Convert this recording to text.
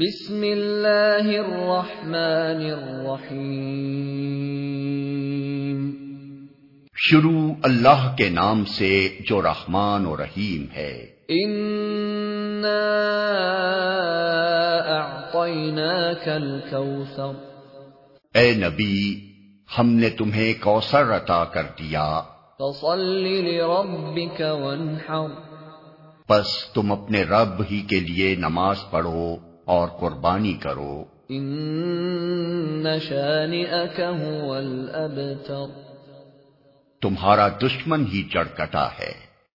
بسم اللہ الرحمن الرحیم شروع اللہ کے نام سے جو رحمان و رحیم ہے انا اعطیناک الكوثر اے نبی ہم نے تمہیں کوثر عطا کر دیا فصل لربک وانحر پس تم اپنے رب ہی کے لیے نماز پڑھو اور قربانی کرو ان شانئک هو الابتر تمہارا دشمن ہی جڑکٹا ہے